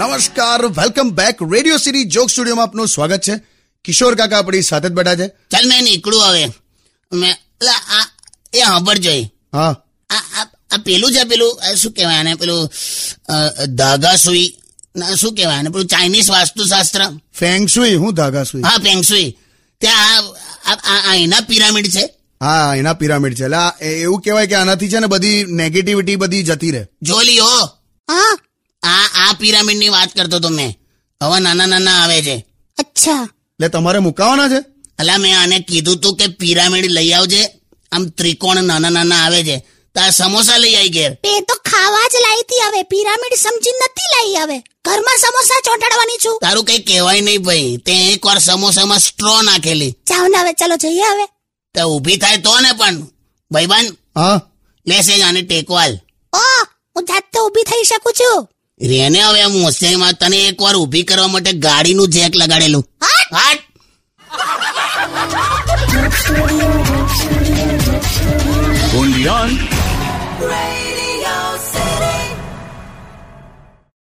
નમસ્કાર welcome back radio city joke સ્ટુડિયોમાં આપનું સ્વાગત છે કિશોર કાકા આપણી સાથે જ બેઠા છે ચાલ મેં નીકળું હવે મેં અલા, આ એ સાંભળજો એ. હા આ આ- આ પેલું છે પેલું આ શું કહેવાય આને પેલું અ, ધાગા સુઈ ના, શું કહેવાય આને પેલું ચાઇનીઝ વાસ્તુશાસ્ત્ર ફેંગ શુઈ હું ધાગા સુઈ હા પેંગસુઈ ત્યાં આ- આ- આ- આ એના પિરામિડ છે હા એના પિરામિડ છે એટલે આ એ- એવું કહેવાય કે આનાથી છે ને બધી નેગેટિવિટી બધી જતી રહે જોલી હો આ આ પિરામિડની વાત કરતો તો મેં હવે નાના નાના આવે છે અચ્છા એટલે તમારે મુકાવાના છે અલા મેં આને કીધું તું કે પિરામિડ લઈ આવજે આમ ત્રિકોણ નાના નાના આવે છે તો આ સમોસા લઈ આવી ઘેર બે તો ખાવા જ લાવી હતી હવે પિરામિડ સમજી નથી લાવી હવે ઘરમાં સમોસા ચોંટાડવાની છું તારું કઈ કહેવાય નહીં ભાઈ તે એક વાર સમોસામાં સ્ટ્રો નાખેલી જાઓ ને હવે ચાલો જઈએ હવે તે ઊભી થાય તો ને પણ ભાઈબાન હા લેશે જ આને ટેકવાલ ઓ હું જાતે ઊભી થઈ શકું છું રેને હવે હું હોશિયારીમાં તને એક વાર ઊભી કરવા માટે ગાડીનું Jack લગાડેલું Haat only on Radio